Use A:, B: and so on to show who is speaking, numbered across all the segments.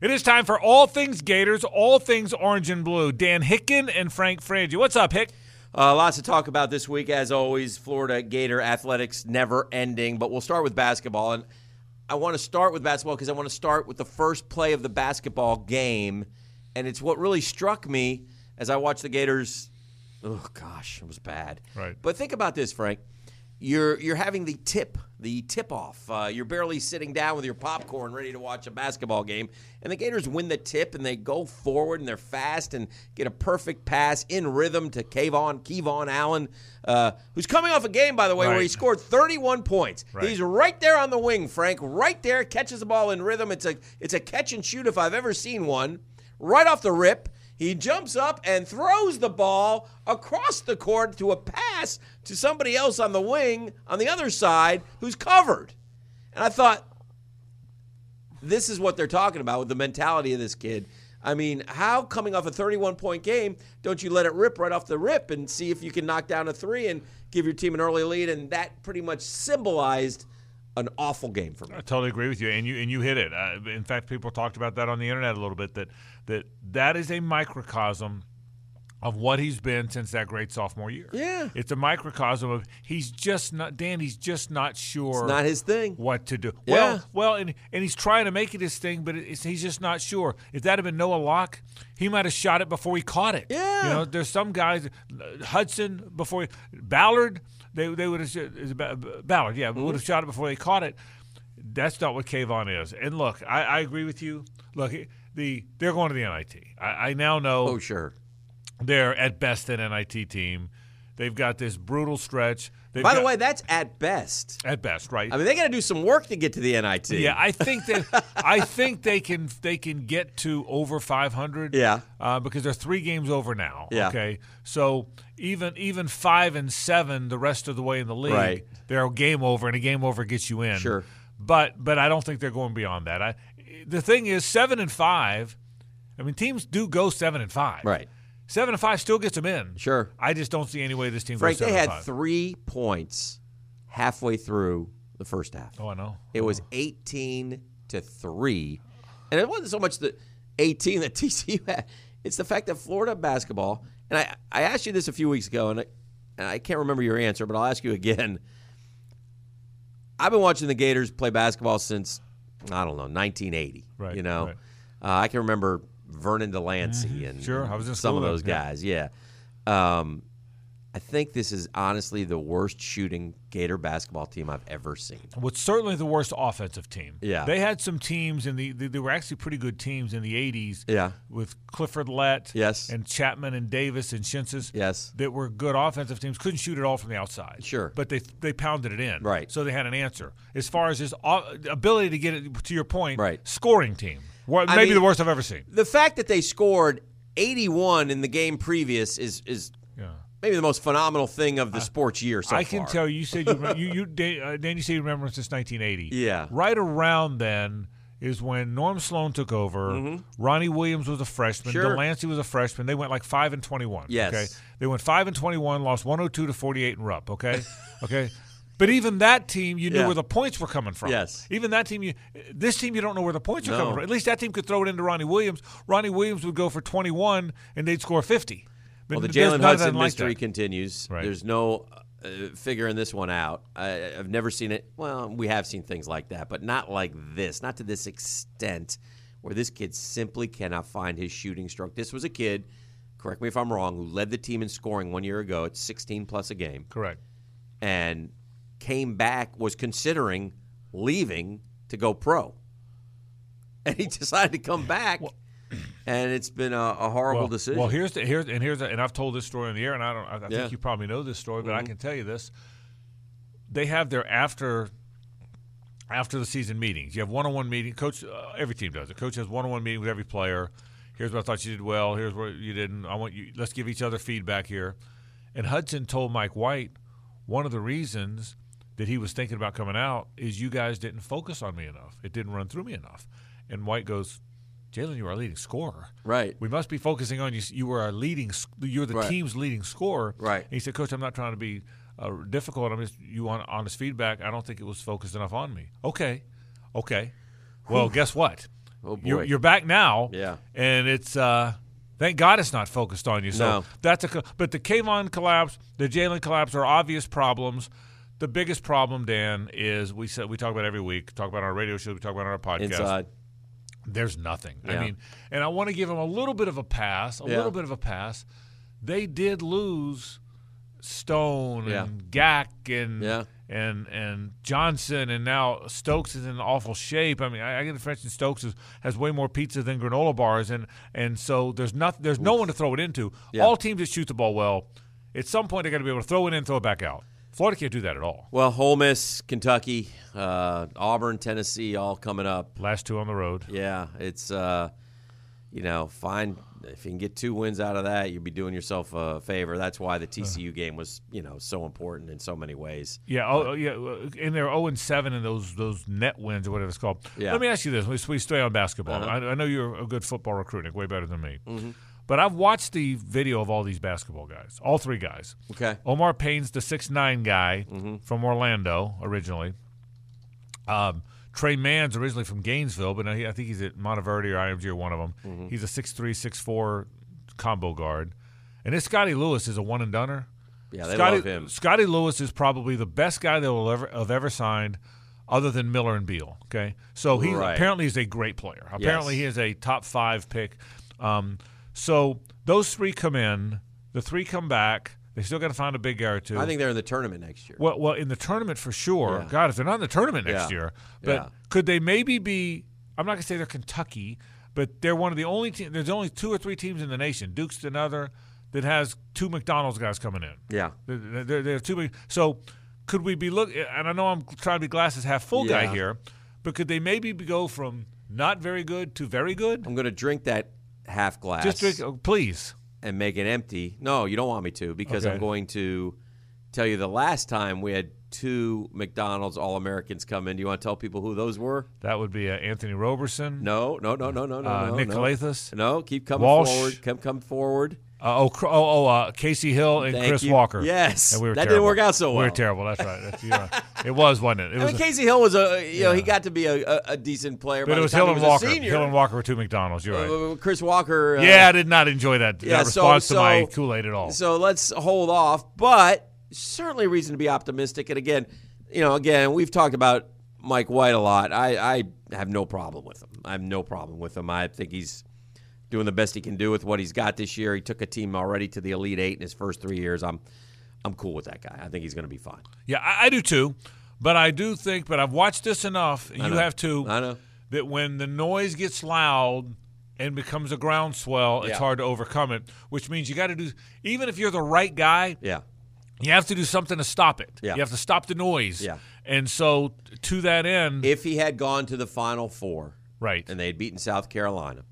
A: It is time for all things Gators, all things orange and blue. Dan Hicken and Frank Frangie. What's up, Hick?
B: Uh, lots to talk about this week, as always. Florida Gator athletics never ending, but we'll start with basketball. And I want to start with basketball because I want to start with the first play of the basketball game. And it's what really struck me as I watched the Gators. Oh, gosh, it was bad.
A: Right.
B: But think about this, Frank. You're, you're having the tip, the tip off. Uh, you're barely sitting down with your popcorn ready to watch a basketball game. And the Gators win the tip and they go forward and they're fast and get a perfect pass in rhythm to Kayvon, Kevon Allen, uh, who's coming off a game, by the way, where
A: Right.
B: he scored 31 points.
A: Right.
B: He's right there on the wing, Frank. Right there, catches the ball in rhythm. It's a it's a catch and shoot if I've ever seen one. Right off the rip, he jumps up and throws the ball across the court to a pass to somebody else on the wing on the other side who's covered. And I thought, this is what they're talking about with the mentality of this kid. I mean, how coming off a 31 point game, don't you let it rip right off the rip and see if you can knock down a three and give your team an early lead? And that pretty much symbolized an awful game for me.
A: I totally agree with you, and you and you hit it. Uh, in fact, people talked about that on the internet a little bit. That that that is a microcosm of what he's been since that great sophomore year.
B: Yeah.
A: it's a microcosm of he's just not Dan. He's just not sure.
B: It's not his thing.
A: What to do?
B: Yeah.
A: Well, well, and and he's trying to make it his thing, but it's, he's just not sure. If that had been Noah Locke, he might have shot it before he caught it.
B: Yeah.
A: you know, there's some guys Hudson before Ballard. They they would have shot- is it Ba- Ballard. Yeah, would
B: Mm-hmm.
A: have shot it before they caught it. That's not what Kayvon is. And look, I, I agree with you. Look, the they're going to the NIT. I, I now know
B: Oh, sure.
A: they're at best an NIT team. They've got this brutal stretch. They've
B: By the
A: got-
B: way, that's at best.
A: at best, right?
B: I mean, they got to do some work to get to the NIT.
A: Yeah, I think that I think they can they can get to over 500.
B: Yeah.
A: uh, because they're three games over now.
B: Yeah.
A: Okay, so even even five and seven the rest of the way in the league,
B: Right.
A: they're a game over, and a game over gets you in.
B: Sure.
A: but but I don't think they're going beyond that. I the thing is seven and five. I mean, teams do go seven and five.
B: Right.
A: Seven and five still gets them in.
B: Sure.
A: I just don't see any way this team
B: Frank,
A: goes
B: they
A: seven
B: had
A: and five.
B: three points halfway through the first half.
A: oh, I know.
B: It was 18 to 3. And it wasn't so much the 18 that TCU had, it's the fact that Florida basketball, and I, I asked you this a few weeks ago, and I, and I can't remember your answer, but I'll ask you again. I've been watching the Gators play basketball since, I don't know, 1980.
A: Right,
B: You know,
A: right. Mm-hmm.
B: uh, I can remember Vernon Delancey and
A: Sure, I was in
B: some
A: school
B: of
A: then,
B: those
A: yeah.
B: guys. Yeah. Um, I think this is honestly the worst shooting Gator basketball team I've ever seen.
A: was certainly the worst offensive team.
B: Yeah.
A: they had some teams in the they, they were actually pretty good teams in the '80s.
B: Yeah.
A: with Clifford Lett,
B: Yes.
A: and Chapman and Davis and Shinsis,
B: Yes.
A: that were good offensive teams. Couldn't shoot at all from the outside.
B: Sure.
A: but they they pounded it in.
B: Right.
A: so they had an answer as far as his o- ability to get it. To your point,
B: Right.
A: Scoring team, Wha-
B: I
A: maybe
B: mean-
A: the worst I've ever seen.
B: the fact that they scored 81 in the game previous is is
A: Yeah.
B: maybe the most phenomenal thing of the sports year so
A: I can
B: far.
A: tell you. You said you remem- you, you Dan, uh, Dan, you said you remember him since 1980.
B: Yeah.
A: Right around then is when Norm Sloan took over. Ronnie Williams was a freshman.
B: Mm-hmm. Sure.
A: Delancey was a freshman. They went like five and 21.
B: Yes.
A: Okay. They went five and 21, lost 102 to 48 in Rupp. Okay. okay. But even that team, you knew
B: Yeah.
A: where the points were coming from.
B: Yes.
A: Even that team, you this team, you don't know where the points are
B: No.
A: coming from. At least that team could throw it into Ronnie Williams. Ronnie Williams would go for 21, and they'd score 50. But
B: well, the
A: there's
B: Jalen
A: none of that
B: Hudson
A: like
B: mystery
A: that.
B: continues.
A: Right.
B: There's no uh, figuring this one out. I, I've never seen it. Well, we have seen things like that, but not like this, not to this extent, where this kid simply cannot find his shooting stroke. This was a kid. Correct me if I'm wrong. Who led the team in scoring one year ago at 16 plus a game?
A: Correct.
B: and came back was considering leaving to go pro and he decided to come back and it's been a, a horrible
A: well,
B: decision
A: Well, here's the here's and here's the, and I've told this story on the air, and I don't. I, I
B: Yeah. Mm-hmm.
A: think you probably know this story, but I can tell you this. They have their after after the season meetings. You have one on one meeting. Coach, uh, every team does it. Coach has one on one meeting with every player. Here's what I thought you did well. Here's what you didn't. I want you. Let's give each other feedback here. And Hudson told Mike White one of the reasons that he was thinking about coming out is you guys didn't focus on me enough. It didn't run through me enough. And White goes, Jalen, you are our leading scorer.
B: right
A: We must be focusing on you. You were our leading. sc- You were the
B: Right.
A: team's leading scorer.
B: Right.
A: And he said, Coach, I'm not trying to be uh, difficult. I'm just you want honest feedback. I don't think it was focused enough on me. Okay, okay. Well, guess what?
B: Oh, boy.
A: You're, you're back now.
B: Yeah.
A: And it's uh, thank God it's not focused on you. So
B: No.
A: that's a co- but the Kayvon collapse, the Jalen collapse are obvious problems. The biggest problem, Dan, is we said we talk about it every week, talk about it on our radio show, we talk about it on our podcast.
B: inside.
A: There's nothing.
B: Yeah.
A: I mean, and I want to give them a little bit of a pass, a
B: Yeah.
A: little bit of a pass. They did lose Stone
B: Yeah.
A: and Gack and
B: Yeah.
A: and and Johnson, and now Stokes is in awful shape. I mean, I, I get the French and Stokes is, has way more pizza than granola bars, and and so there's not there's no one to throw it into.
B: Yeah.
A: All teams that shoot the ball well, at some point they're going to be able to throw it in, throw it back out. Florida can't do that at all.
B: Well, Ole Miss, Kentucky, uh, Auburn, Tennessee, all coming up.
A: Last two on the road.
B: Yeah, it's uh, you know, fine if you can get two wins out of that, you'd be doing yourself a favor. That's why the
A: Uh-huh.
B: TCU game was, you know, so important in so many ways.
A: Yeah, oh, yeah, and they're zero and seven in those those net wins or whatever it's called.
B: Yeah.
A: Let me ask you this: we, we stay on basketball. I, I know you're a good football recruiting, way better than me. But I've watched the video of all these basketball guys, all three guys.
B: Okay.
A: Omar Payne's the six nine guy from Orlando originally. Um, Trey Mann's originally from Gainesville, but now he, I think he's at Monteverde or IMG or one of them. He's a 6'3", 6'4", combo guard, and this Scotty Lewis is a one and dunner.
B: Yeah, they
A: Scotty,
B: love him.
A: Scotty Lewis is probably the best guy that will ever have ever signed, other than Miller and Beal. Okay, so he
B: Right.
A: apparently is a great player. Apparently he is a top five pick. Um, so those three come in, the three come back. They still got to find a big guy or two.
B: I think they're in the tournament next year.
A: well, well, in the tournament for sure.
B: Yeah.
A: God, if they're not in the tournament next
B: Yeah.
A: year, but
B: Yeah.
A: could they maybe be? I'm not gonna say they're Kentucky, but they're one of the only team. There's only two or three teams in the nation. Duke's another that has two McDonald's guys coming in.
B: yeah.
A: There, there, there are too many. So, could we be look? And I know I'm trying to be glasses half full
B: Yeah.
A: guy here, but could they maybe be- go from not very good to very good?
B: I'm going to drink that half glass
A: Just drink, oh, please.
B: and make it empty. No, you don't want me to because I'm
A: Okay.
B: going to tell you the last time we had two McDonald's All-Americans come in. Do you want to tell people who those were?
A: That would be uh, Anthony Roberson.
B: No, no, no, no, no, no,
A: Uh,
B: no.
A: Nick
B: no.
A: Calathus?
B: No, keep coming
A: Walsh?
B: forward. Come, come forward.
A: Uh, oh, Cr- oh, oh, uh, Casey Hill and
B: Thank
A: Chris
B: you.
A: Walker.
B: Yes.
A: and we were
B: That didn't
A: terrible.
B: work out so
A: We
B: well.
A: were terrible. That's right. That's, you're right. It was, wasn't it? It
B: I
A: was.
B: mean, Casey Hill was a you know he got to be a, a, a decent player,
A: but
B: by
A: it
B: the
A: was
B: time
A: Hill
B: he
A: and
B: was a
A: Walker.
B: senior.
A: Hill and Walker were two McDonald's. You're right.
B: Uh, Chris Walker. uh,
A: yeah, I did not enjoy that,
B: yeah,
A: that
B: so-
A: response
B: so-
A: to my Kool Aid at all.
B: So let's hold off, but certainly reason to be optimistic. And again, you know, again, we've talked about Mike White a lot. I, I have no problem with him. I have no problem with him. I think he's doing the best he can do with what he's got this year. He took a team already to the Elite Eight in his first three years. I'm I'm cool with that guy. I think he's going to be fine.
A: Yeah, I, I do too. But I do think, but I've watched this enough, and you
B: know.
A: have too,
B: I know.
A: that when the noise gets loud and becomes a groundswell,
B: Yeah.
A: it's hard to overcome it, which means you got to do, even if you're the right guy,
B: Yeah.
A: you have to do something to stop it.
B: Yeah.
A: You have to stop the noise.
B: Yeah.
A: And so, to that end,
B: If he had gone to the Final Four,
A: right.
B: and they had beaten South Carolina,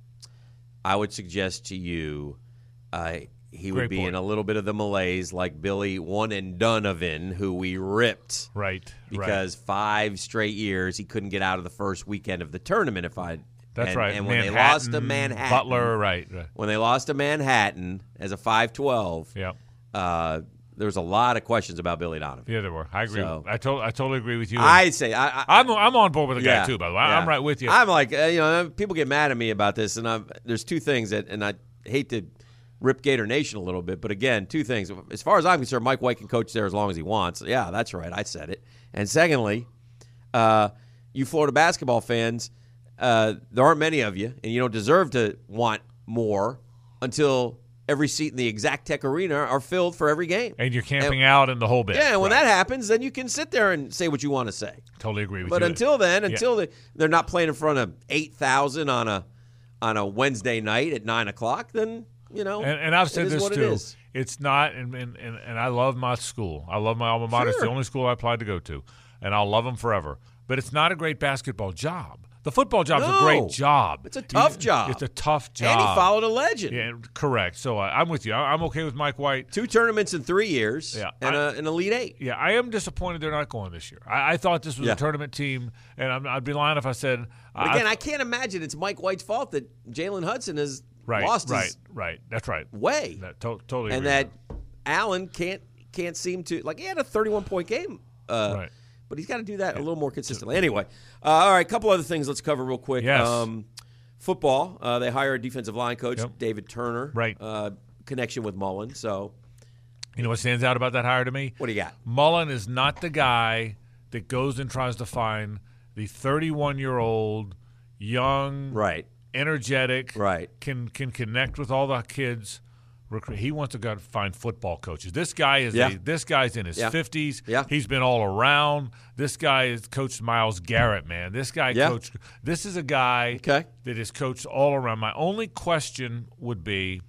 B: I would suggest to you uh, he would
A: Great
B: be
A: point.
B: in a little bit of the malaise like Billy One and Donovan, who we ripped
A: right. right.
B: because five straight years he couldn't get out of the first weekend of the tournament. If I
A: That's
B: and,
A: right.
B: and when they
A: Manhattan,
B: lost to Manhattan,
A: Butler, right. right.
B: when they lost to Manhattan as a five twelve,
A: Yeah.
B: uh, there was a lot of questions about Billy Donovan.
A: Yeah, there were. I agree.
B: So-
A: with- I, to- I totally agree with you.
B: I say I, I,
A: I'm, I'm on board with the
B: Yeah,
A: guy, too, by the way. I-
B: yeah.
A: I'm right with you.
B: I'm like, uh, you know, people get mad at me about this, and I'm, there's two things that, and I hate to rip Gator Nation a little bit, but again, two things. As far as I'm concerned, Mike White can coach there as long as he wants. Yeah, that's right. I said it. And secondly, uh, you Florida basketball fans, uh, there aren't many of you, and you don't deserve to want more until every seat in the exact tech arena are filled for every game.
A: and you're camping out and the whole bit.
B: Yeah, and when
A: Right.
B: that happens, then you can sit there and say what you want to say.
A: Totally agree with
B: But
A: you.
B: until then, until they, they're not playing in front of eight thousand on a on a Wednesday night at nine o'clock, then you know.
A: and, and I've said
B: it is
A: this
B: what it
A: too.
B: is.
A: It's not, and, and and and I love my school. I love my alma mater. It's the
B: Sure.
A: only school I applied to go to, and I'll love them forever. But it's not a great basketball job. The football job is a
B: No.
A: great job.
B: It's a tough
A: You-
B: job.
A: It's a tough job.
B: And he followed a legend.
A: Yeah, correct. So I, I'm with you. I, I'm okay with Mike White.
B: Two tournaments in three years,
A: Yeah,
B: and a, an elite eight.
A: Yeah, I am disappointed they're not going this year. I, I thought this was
B: Yeah.
A: a tournament team, and I'm, I'd be lying if I said
B: But
A: I-
B: again, I, can't imagine it's Mike White's fault that Jalen Hudson has
A: right,
B: lost
A: right,
B: his
A: right. That's right.
B: way,
A: That, to- totally.
B: and
A: agree
B: that
A: with
B: Allen can't can't seem to like. He had a thirty-one point game. Uh,
A: Right.
B: But he's got to do that a little more consistently. Anyway, uh, all right, a couple other things let's cover real quick.
A: Yes.
B: Um, Football, uh, they hire a defensive line coach,
A: Yep.
B: David Turner.
A: Right.
B: Uh, connection with Mullen. So,
A: You know what stands out about that hire to me?
B: what do you got?
A: Mullen is not the guy that goes and tries to find the 31 year old, young,
B: Right.
A: energetic,
B: Right.
A: can can connect with all the kids. Recruit. He wants to go find football coaches. This guy is
B: Yeah.
A: a, this guy's in his
B: Yeah.
A: fifties.
B: Yeah.
A: he's been all around. This guy is coached Miles Garrett, man. This guy
B: Yeah.
A: coached. This is a guy
B: Okay.
A: that is coached all around. My only question would be,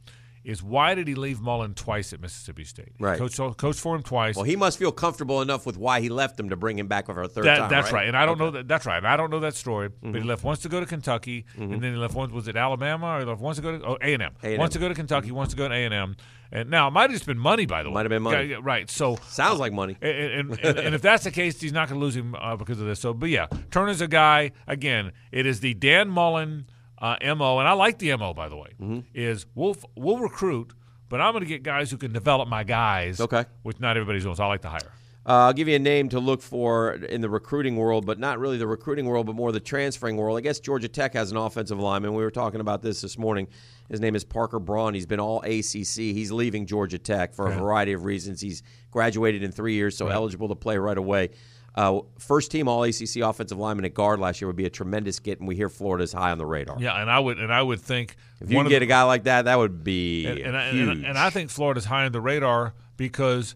A: is why did he leave Mullen twice at Mississippi State?
B: Right.
A: coach coached for him twice.
B: Well, he must feel comfortable enough with why he left them to bring him back for a third
A: That-
B: time. Mm-hmm.
A: that's right. and I don't know that. That's right, and I don't know that story. But he left once to go to Kentucky, and then he left once. Was it Alabama? Or he left once to go to oh A and M.
B: A&M.
A: Once to go to Kentucky, once to go to A and M. And now it might have just been money, by the way.
B: Mm-hmm. Might have been money.
A: Yeah, yeah, right. So.
B: Sounds like money.
A: And, and, and, and if that's the case, he's not going to lose him uh, because of this. So, but yeah, Turner's a guy. Again, it is the Dan Mullen uh, mo, and I like the mo. By the way,
B: Mm-hmm.
A: is we'll f- we'll recruit, but I'm going to get guys who can develop my guys.
B: Okay.
A: which not everybody's doing. So I like to hire.
B: Uh, I'll give you a name to look for in the recruiting world, but not really the recruiting world, but more the transferring world. I guess Georgia Tech has an offensive lineman. We were talking about this this morning. His name is Parker Braun. He's been all ACC. He's leaving Georgia Tech for a variety of reasons. He's graduated in three years, so eligible to play right away. Uh, first team All ACC offensive lineman at guard last year would be a tremendous get, and we hear Florida's high on the radar.
A: Yeah, and I would and I would think
B: If you
A: one
B: can
A: of
B: get a guy like that, that would be
A: the, and, I,
B: huge.
A: and, I- and I think Florida's high on the radar because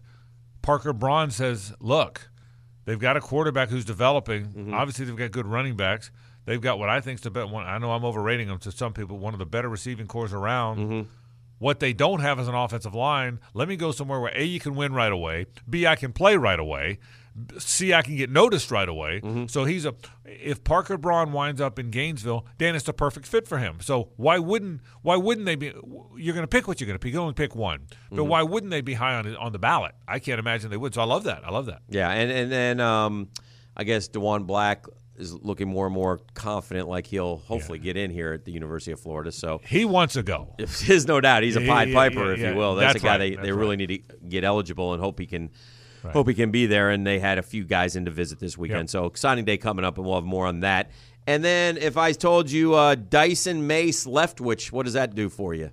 A: Parker Braun says, "Look, they've got a quarterback who's developing. Obviously, they've got good running backs. They've got what I think's the best one. I know I'm overrating them to some people. One of the better receiving cores around." What they don't have is an offensive line. Let me go somewhere where A, you can win right away. B, I can play right away. B- C, I can get noticed right away.
B: Mm-hmm.
A: So he's a. If Parker Braun winds up in Gainesville, Dan, it's the perfect fit for him. So why wouldn't why wouldn't they be? You're going to pick what you're going to pick. You can only pick one.
B: Mm-hmm.
A: But why wouldn't they be high on it- on the ballot? I can't imagine they would. So I love that. I love that.
B: Yeah, and and then um, I guess Dewan Black is looking more and more confident, like he'll hopefully get in here at the University of Florida. So
A: He wants to go.
B: there's no doubt he's a
A: Yeah,
B: Pied
A: yeah,
B: Piper,
A: yeah,
B: if
A: yeah.
B: you will. That's,
A: That's
B: a guy
A: right,
B: they, they
A: that's
B: really need to get eligible and hope he can. Hope he can be there, and they had a few guys in to visit this weekend.
A: Yep.
B: So exciting day coming up, and we'll have more on that. And then, if I told you uh, Dyson Mace left, which what does that do for you?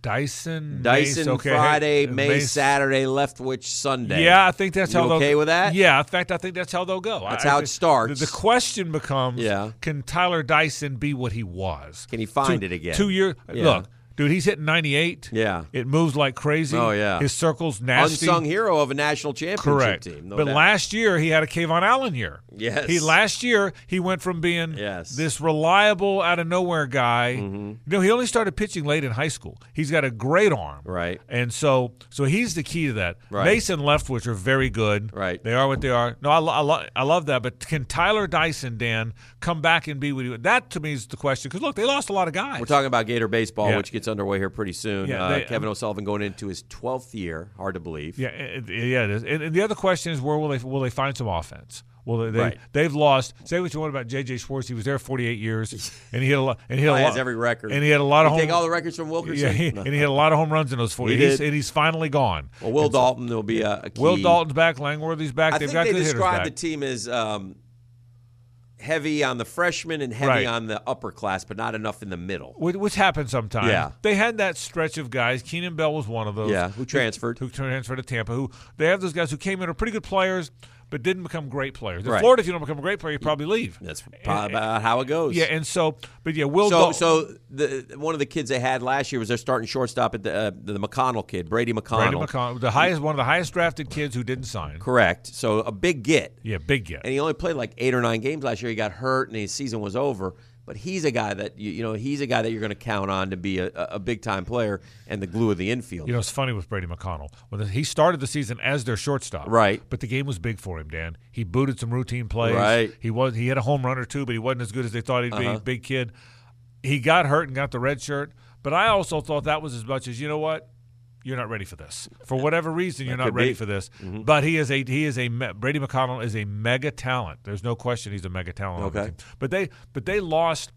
A: Dyson Mace,
B: Dyson
A: okay, hey,
B: Friday, Mace,
A: Mace-
B: Saturday, Leftwich Sunday.
A: Yeah, I think that's
B: You
A: how they'll
B: okay with that?
A: Yeah, in fact, I think that's how they'll go.
B: That's
A: I-
B: how
A: I-
B: it starts.
A: The, the question becomes:
B: Yeah.
A: Can Tyler Dyson be what he was?
B: Can he find
A: two,
B: it again?
A: Two year look, dude, he's hitting ninety eight.
B: Yeah.
A: it moves like crazy.
B: Oh, yeah.
A: his circles nasty.
B: unsung hero of a national championship
A: Correct.
B: team. No
A: but
B: doubt.
A: last year he had a Kayvon Allen year.
B: Yes.
A: He last year he went from being
B: Yes. Mm-hmm.
A: this reliable out of nowhere guy. You know, he only started pitching late in high school. He's got a great arm.
B: Right.
A: And so so he's the key to that.
B: Right.
A: Mason Leftwich are very good.
B: Right.
A: They are what they are. No, I, lo- I, lo- I love that. But can Tyler Dyson, Dan, come back and be with you? That to me is the question. Because look, they lost a lot of guys.
B: We're talking about Gator baseball,
A: Yeah.
B: which gets underway here pretty soon.
A: Yeah,
B: uh,
A: they-
B: Kevin O'Sullivan going into his 12th year. Hard to believe.
A: Yeah, it, it- yeah, it is. And, and the other question is, where will they will they find some offense? Will they, they
B: Right.
A: they've lost? Say what you want about JJ Schwartz. He was there 48 years, and he had a lot. And he had a
B: Probably
A: lot,
B: has every record.
A: And he had a lot of
B: You
A: home.
B: take all the records from Wilkerson.
A: yeah, he-
B: No.
A: and he had a lot of home runs in those 40.
B: He
A: He's,
B: did.
A: and he's finally gone.
B: Well, Will Dalton will be a, a key.
A: Will Dalton's back. Langworthy's back.
B: I
A: They've
B: think
A: got
B: they
A: good hitters
B: described the
A: back.
B: team as um, heavy on the freshmen and heavy
A: Right.
B: on the upper class, but not enough in the middle.
A: Which, which happens sometimes.
B: Yeah.
A: They had that stretch of guys. Keenan Bell was one of those.
B: Yeah, who transferred.
A: who transferred to Tampa. Who they have those guys who came in are pretty good players, but didn't become great players. In
B: Right.
A: Florida, if you don't become a great player, you probably leave.
B: That's probably about how it goes.
A: Yeah, and so, but yeah, Will.
B: So,
A: Dal-
B: so the one of the kids they had last year was their starting shortstop at the uh, the McConnell kid, Brady McConnell.
A: Brandon McConnell, the highest, one of the highest drafted kids who didn't sign.
B: Correct. So a big get.
A: Yeah, big get.
B: and he only played like eight or nine games last year. He got hurt, and his season was over. But he's a guy that you, you know he's a guy that you're going to count on to be a, a big time player and the glue of the infield.
A: You know, it's funny with Brady McConnell. When the, he started the season as their shortstop,
B: Right.
A: But the game was big for him, Dan. He booted some routine plays.
B: Right. Uh-huh.
A: He was he hit a home run or two, but he wasn't as good as they thought he'd be. Big kid. He got hurt and got the red shirt, but I also thought that was as much as you know what. You're not ready for this. For whatever reason, you're not
B: could
A: ready
B: be. Mm-hmm.
A: for this. But he is a he is a me- Brady McConnell is a mega talent. There's no question he's a mega talent. on the
B: Okay.
A: team. But they but they lost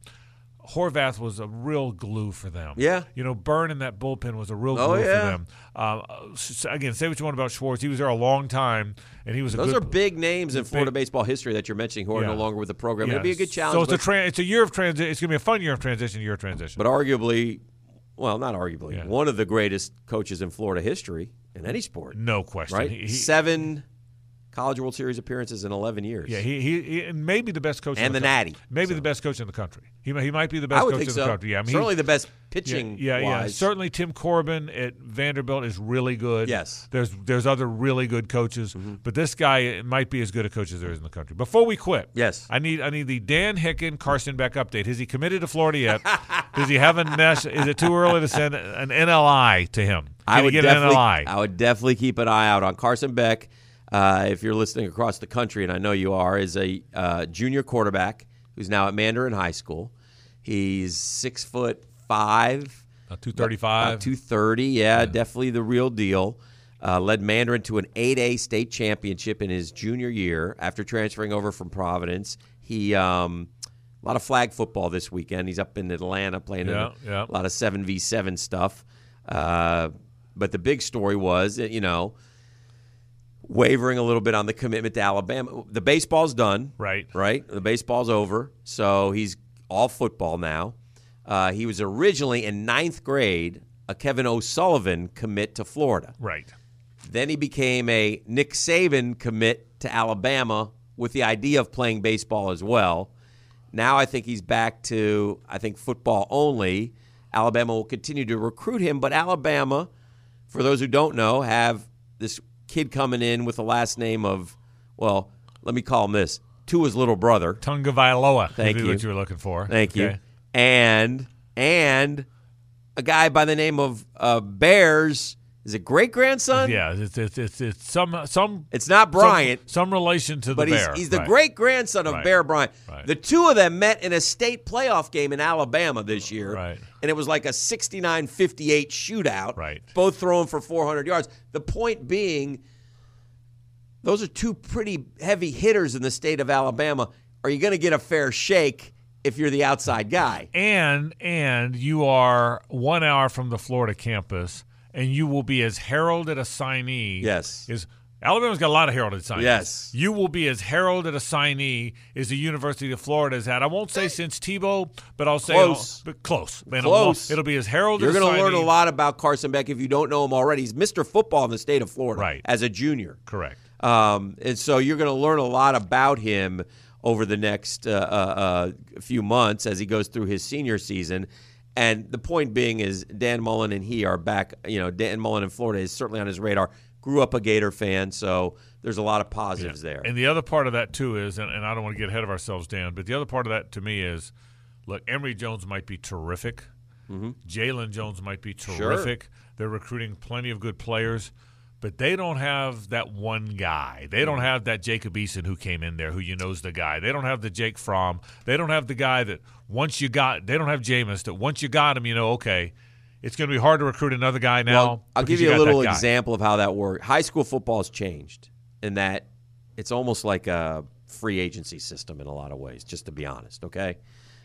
A: Horvath was a real glue for them.
B: Yeah.
A: You know, Burn in that bullpen was a real glue
B: Oh, yeah.
A: for them. Um, s- again, say what you want about Schwartz. He was there a long time, and he was a
B: Those
A: good
B: are big names in Florida baseball history that you're mentioning who are no
A: Yeah.
B: longer with the program. It'd be a
A: Yes.
B: good challenge.
A: So it's a
B: but,
A: tran it's a year of transition. It's gonna be a fun year of transition. Year of transition.
B: but arguably, well, not arguably,
A: Yeah.
B: one of the greatest coaches in Florida history in any sport,
A: no question.
B: right?
A: He, he-
B: Seven College World Series appearances in 11 years.
A: yeah, he, he, he may be the best coach
B: And
A: in
B: the
A: country.
B: Natty,
A: Maybe the best coach in the country. He, mi- he might be the best
B: I would
A: coach
B: think
A: in
B: so.
A: the country. Yeah, I mean,
B: Certainly
A: he's-
B: the best
A: yeah,
B: pitching
A: yeah, yeah.
B: wise.
A: Certainly Tim Corbin at Vanderbilt is really good.
B: Yes. Mm-hmm.
A: There's there's other really good coaches, but this guy might be as good a coach as there is in the country. Before we quit,
B: Yes.
A: I need I need the Dan Hicken Carson Beck update. Has he committed to Florida yet? Does he have a nest? Is it too early to send an NLI to him? Can
B: I
A: he
B: would,
A: get an
B: definitely,
A: NLI?
B: I would definitely keep an eye out on Carson Beck. Uh, if you're listening across the country, and I know you are, is a uh, junior quarterback who's now at Mandarin High School. He's six foot five,
A: Uh,
B: about
A: 235.
B: 230. Yeah, definitely the real deal. Uh, led Mandarin to an 8A state championship in his junior year after transferring over from Providence. He um, a lot of flag football this weekend. He's up in Atlanta playing in
A: Yeah, yeah.
B: a lot of seven v seven stuff. Uh, but the big story was, that, you know, wavering a little bit on the commitment to Alabama. The baseball's done,
A: Right.
B: Right. The baseball's over, so he's all football now. Uh, he was originally in ninth grade a Kevin O'Sullivan commit to Florida.
A: right.
B: Then he became a Nick Saban commit to Alabama with the idea of playing baseball as well. Now I think he's back to I think football only. Alabama will continue to recruit him, but Alabama, for those who don't know, have this kid coming in with the last name of well, let me call him this Tua's little brother.
A: Tunga Vailoa.
B: Thank
A: would be
B: you.
A: What you were looking for.
B: Thank you.
A: Okay.
B: And and a guy by the name of uh, Bears is it great grandson?
A: Yeah, it's it's it's, it's some some
B: It's not Bryant.
A: some, some relation to the
B: but
A: bear.
B: he's, he's the
A: Right.
B: great grandson of
A: Right.
B: Bear Bryant.
A: Right.
B: The two of them met in a state playoff game in Alabama this year.
A: Right.
B: And it was like a 69 58 shootout.
A: Right.
B: Both throwing for 400 yards. The point being, those are two pretty heavy hitters in the state of Alabama. Are you going to get a fair shake if you're the outside guy?
A: and and you are one hour from the Florida campus, and you will be as heralded a signee.
B: Yes.
A: is Alabama's got a lot of heralded signees.
B: Yes.
A: you will be as heralded a signee as the University of Florida has had. I won't say since Tebow, but I'll say
B: Close.
A: but close, And it'll-
B: Close.
A: It'll be as heralded.
B: You're
A: going to
B: learn a lot about Carson Beck if you don't know him already. He's Mr. Football in the state of Florida
A: Right.
B: as a junior.
A: Correct.
B: Um, and so you're going to learn a lot about him over the next uh, uh, uh, few months as he goes through his senior season. And the point being is Dan Mullen and he are back. You know, Dan Mullen in Florida is certainly on his radar. Grew up a Gator fan, so there's a lot of positives there.
A: And the other part of that too is, and, and I don't want to get ahead of ourselves, Dan, but the other part of that to me is, look, Emory Jones might be terrific.
B: Mm-hmm.
A: Jalen Jones might be terrific. They're recruiting plenty of good players, but they don't have that one guy. They
B: Mm-hmm.
A: don't have that Jacob Eason who came in there, who you know's the guy. They don't have the Jake Fromm. They don't have the guy that once you got. They don't have Jameis that once you got him, you know, okay, it's going to be hard to recruit another guy now.
B: Well, I'll
A: because
B: give you, a
A: got that
B: little
A: guy.
B: example of how that worked. High school football's changed in that it's almost like a free agency system in a lot of ways, just to be honest, okay?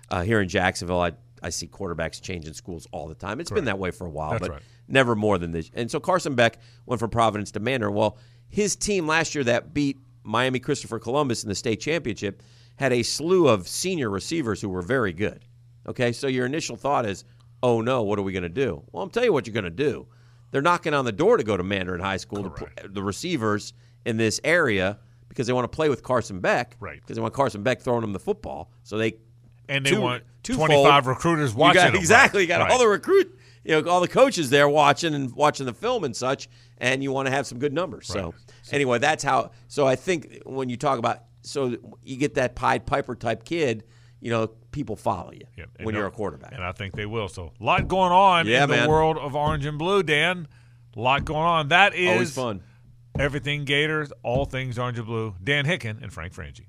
B: Uh, here in Jacksonville, I, I see quarterbacks changing schools all the time. It's been that way for a while,
A: That's
B: but
A: right.
B: never more than this. And so Carson Beck went from Providence to Mandarin. Well, his team last year that beat Miami Christopher Columbus in the state championship had a slew of senior receivers who were very good. Okay, so your initial thought is, oh no, what are we going to do? Well, I'm tell you what you're going to do. They're knocking on the door to go to Mandarin High School, to pl- the receivers in this area, because they want to play with Carson Beck,
A: Right.
B: Because they want Carson Beck throwing them the football, so they
A: and they
B: two-
A: want
B: twofold.
A: twenty-five recruiters watching.
B: You got,
A: them, right?
B: exactly. You got
A: Right.
B: all the recruit, you know, all the coaches there watching and watching the film and such, and you want to have some good numbers. So, anyway, that's how. So I think when you talk about, so you get that Pied Piper type kid, you know, people follow you
A: Yep. And
B: when you're
A: no-
B: a quarterback.
A: And I think they will. So, a lot going on
B: Yeah,
A: in the
B: man.
A: world of orange and blue, Dan. A lot going on. That is
B: Always fun.
A: everything Gators, all things orange and blue. Dan Hicken and Frank Frangie.